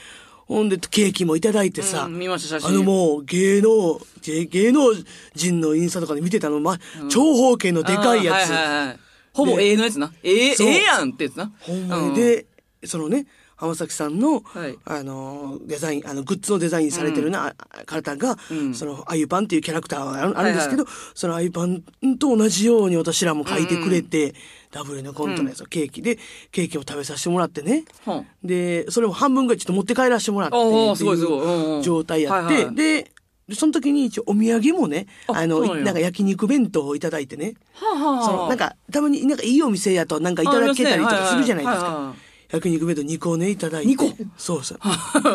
Speaker 2: ほんで、ケーキもいただいてさ、
Speaker 1: うん見ました写真
Speaker 2: あのもう、芸能、芸芸能人のインスタとかで見てたの、ま、長方形のでかいや
Speaker 1: あーはい
Speaker 2: つ。
Speaker 1: はいはいほぼ A のやつな。ええ
Speaker 2: そう
Speaker 1: ええやんってやつな。
Speaker 2: ほんま
Speaker 1: う
Speaker 2: に。で、そのね、浜崎さんの、
Speaker 1: はい
Speaker 2: あの、デザイン、あの、グッズのデザインされてるな、あ方が、
Speaker 1: うん
Speaker 2: その、あゆパンっていうキャラクターがあるあるんですけど、
Speaker 1: は
Speaker 2: そのあゆパンと同じように私らも書いてくれて、ダブルのコントのやつをケーキで、ケーキを食べさせてもらってね。
Speaker 1: ほん
Speaker 2: で、それも半分ぐらいちょっと持って帰らせてもらって
Speaker 1: あ
Speaker 2: って
Speaker 1: あ
Speaker 2: い
Speaker 1: すごいすごいうんうん
Speaker 2: う状態やって、
Speaker 1: はいはい
Speaker 2: で、でその時に一応お土産もね、
Speaker 1: あ
Speaker 2: あ
Speaker 1: そ
Speaker 2: の、
Speaker 1: うなんや
Speaker 2: なんか焼肉弁当をいただいてね。
Speaker 1: はあはあ
Speaker 2: そのなんかたまになんかいいお店やとなんかいただけたりとかするじゃないです
Speaker 1: ありますねはいはい
Speaker 2: か
Speaker 1: はいはいはい。
Speaker 2: 焼肉弁当2個ねいただいて。
Speaker 1: 二個
Speaker 2: そうそう。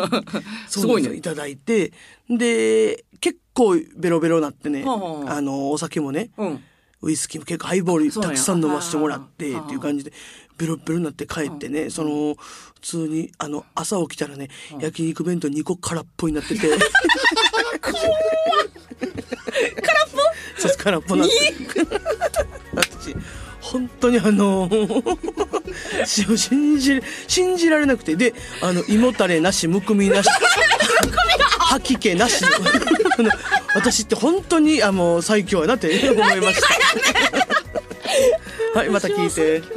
Speaker 1: すごい
Speaker 2: そうなんですよ
Speaker 1: ね
Speaker 2: い。ただいて。で、結構ベロベロなってね、
Speaker 1: はあはあ
Speaker 2: あの、お酒もね、
Speaker 1: うん。
Speaker 2: ウイスキーも結構ハイボール
Speaker 1: そうなん
Speaker 2: た
Speaker 1: や
Speaker 2: くさん飲ませてもらって
Speaker 1: はあはあ
Speaker 2: っていう感じで、ベロベロになって帰ってね、その、普通に、あの、朝起きたらね、焼肉弁当2個空っぽになって て。空っぽそう、空っぽなって。 私、本当にあの、信じ、信じられなくて、で、あの、胃もたれなし、むくみなし。吐き気なし。あの私って本当に、あの、最強やなって思いました。はい、また聞いて。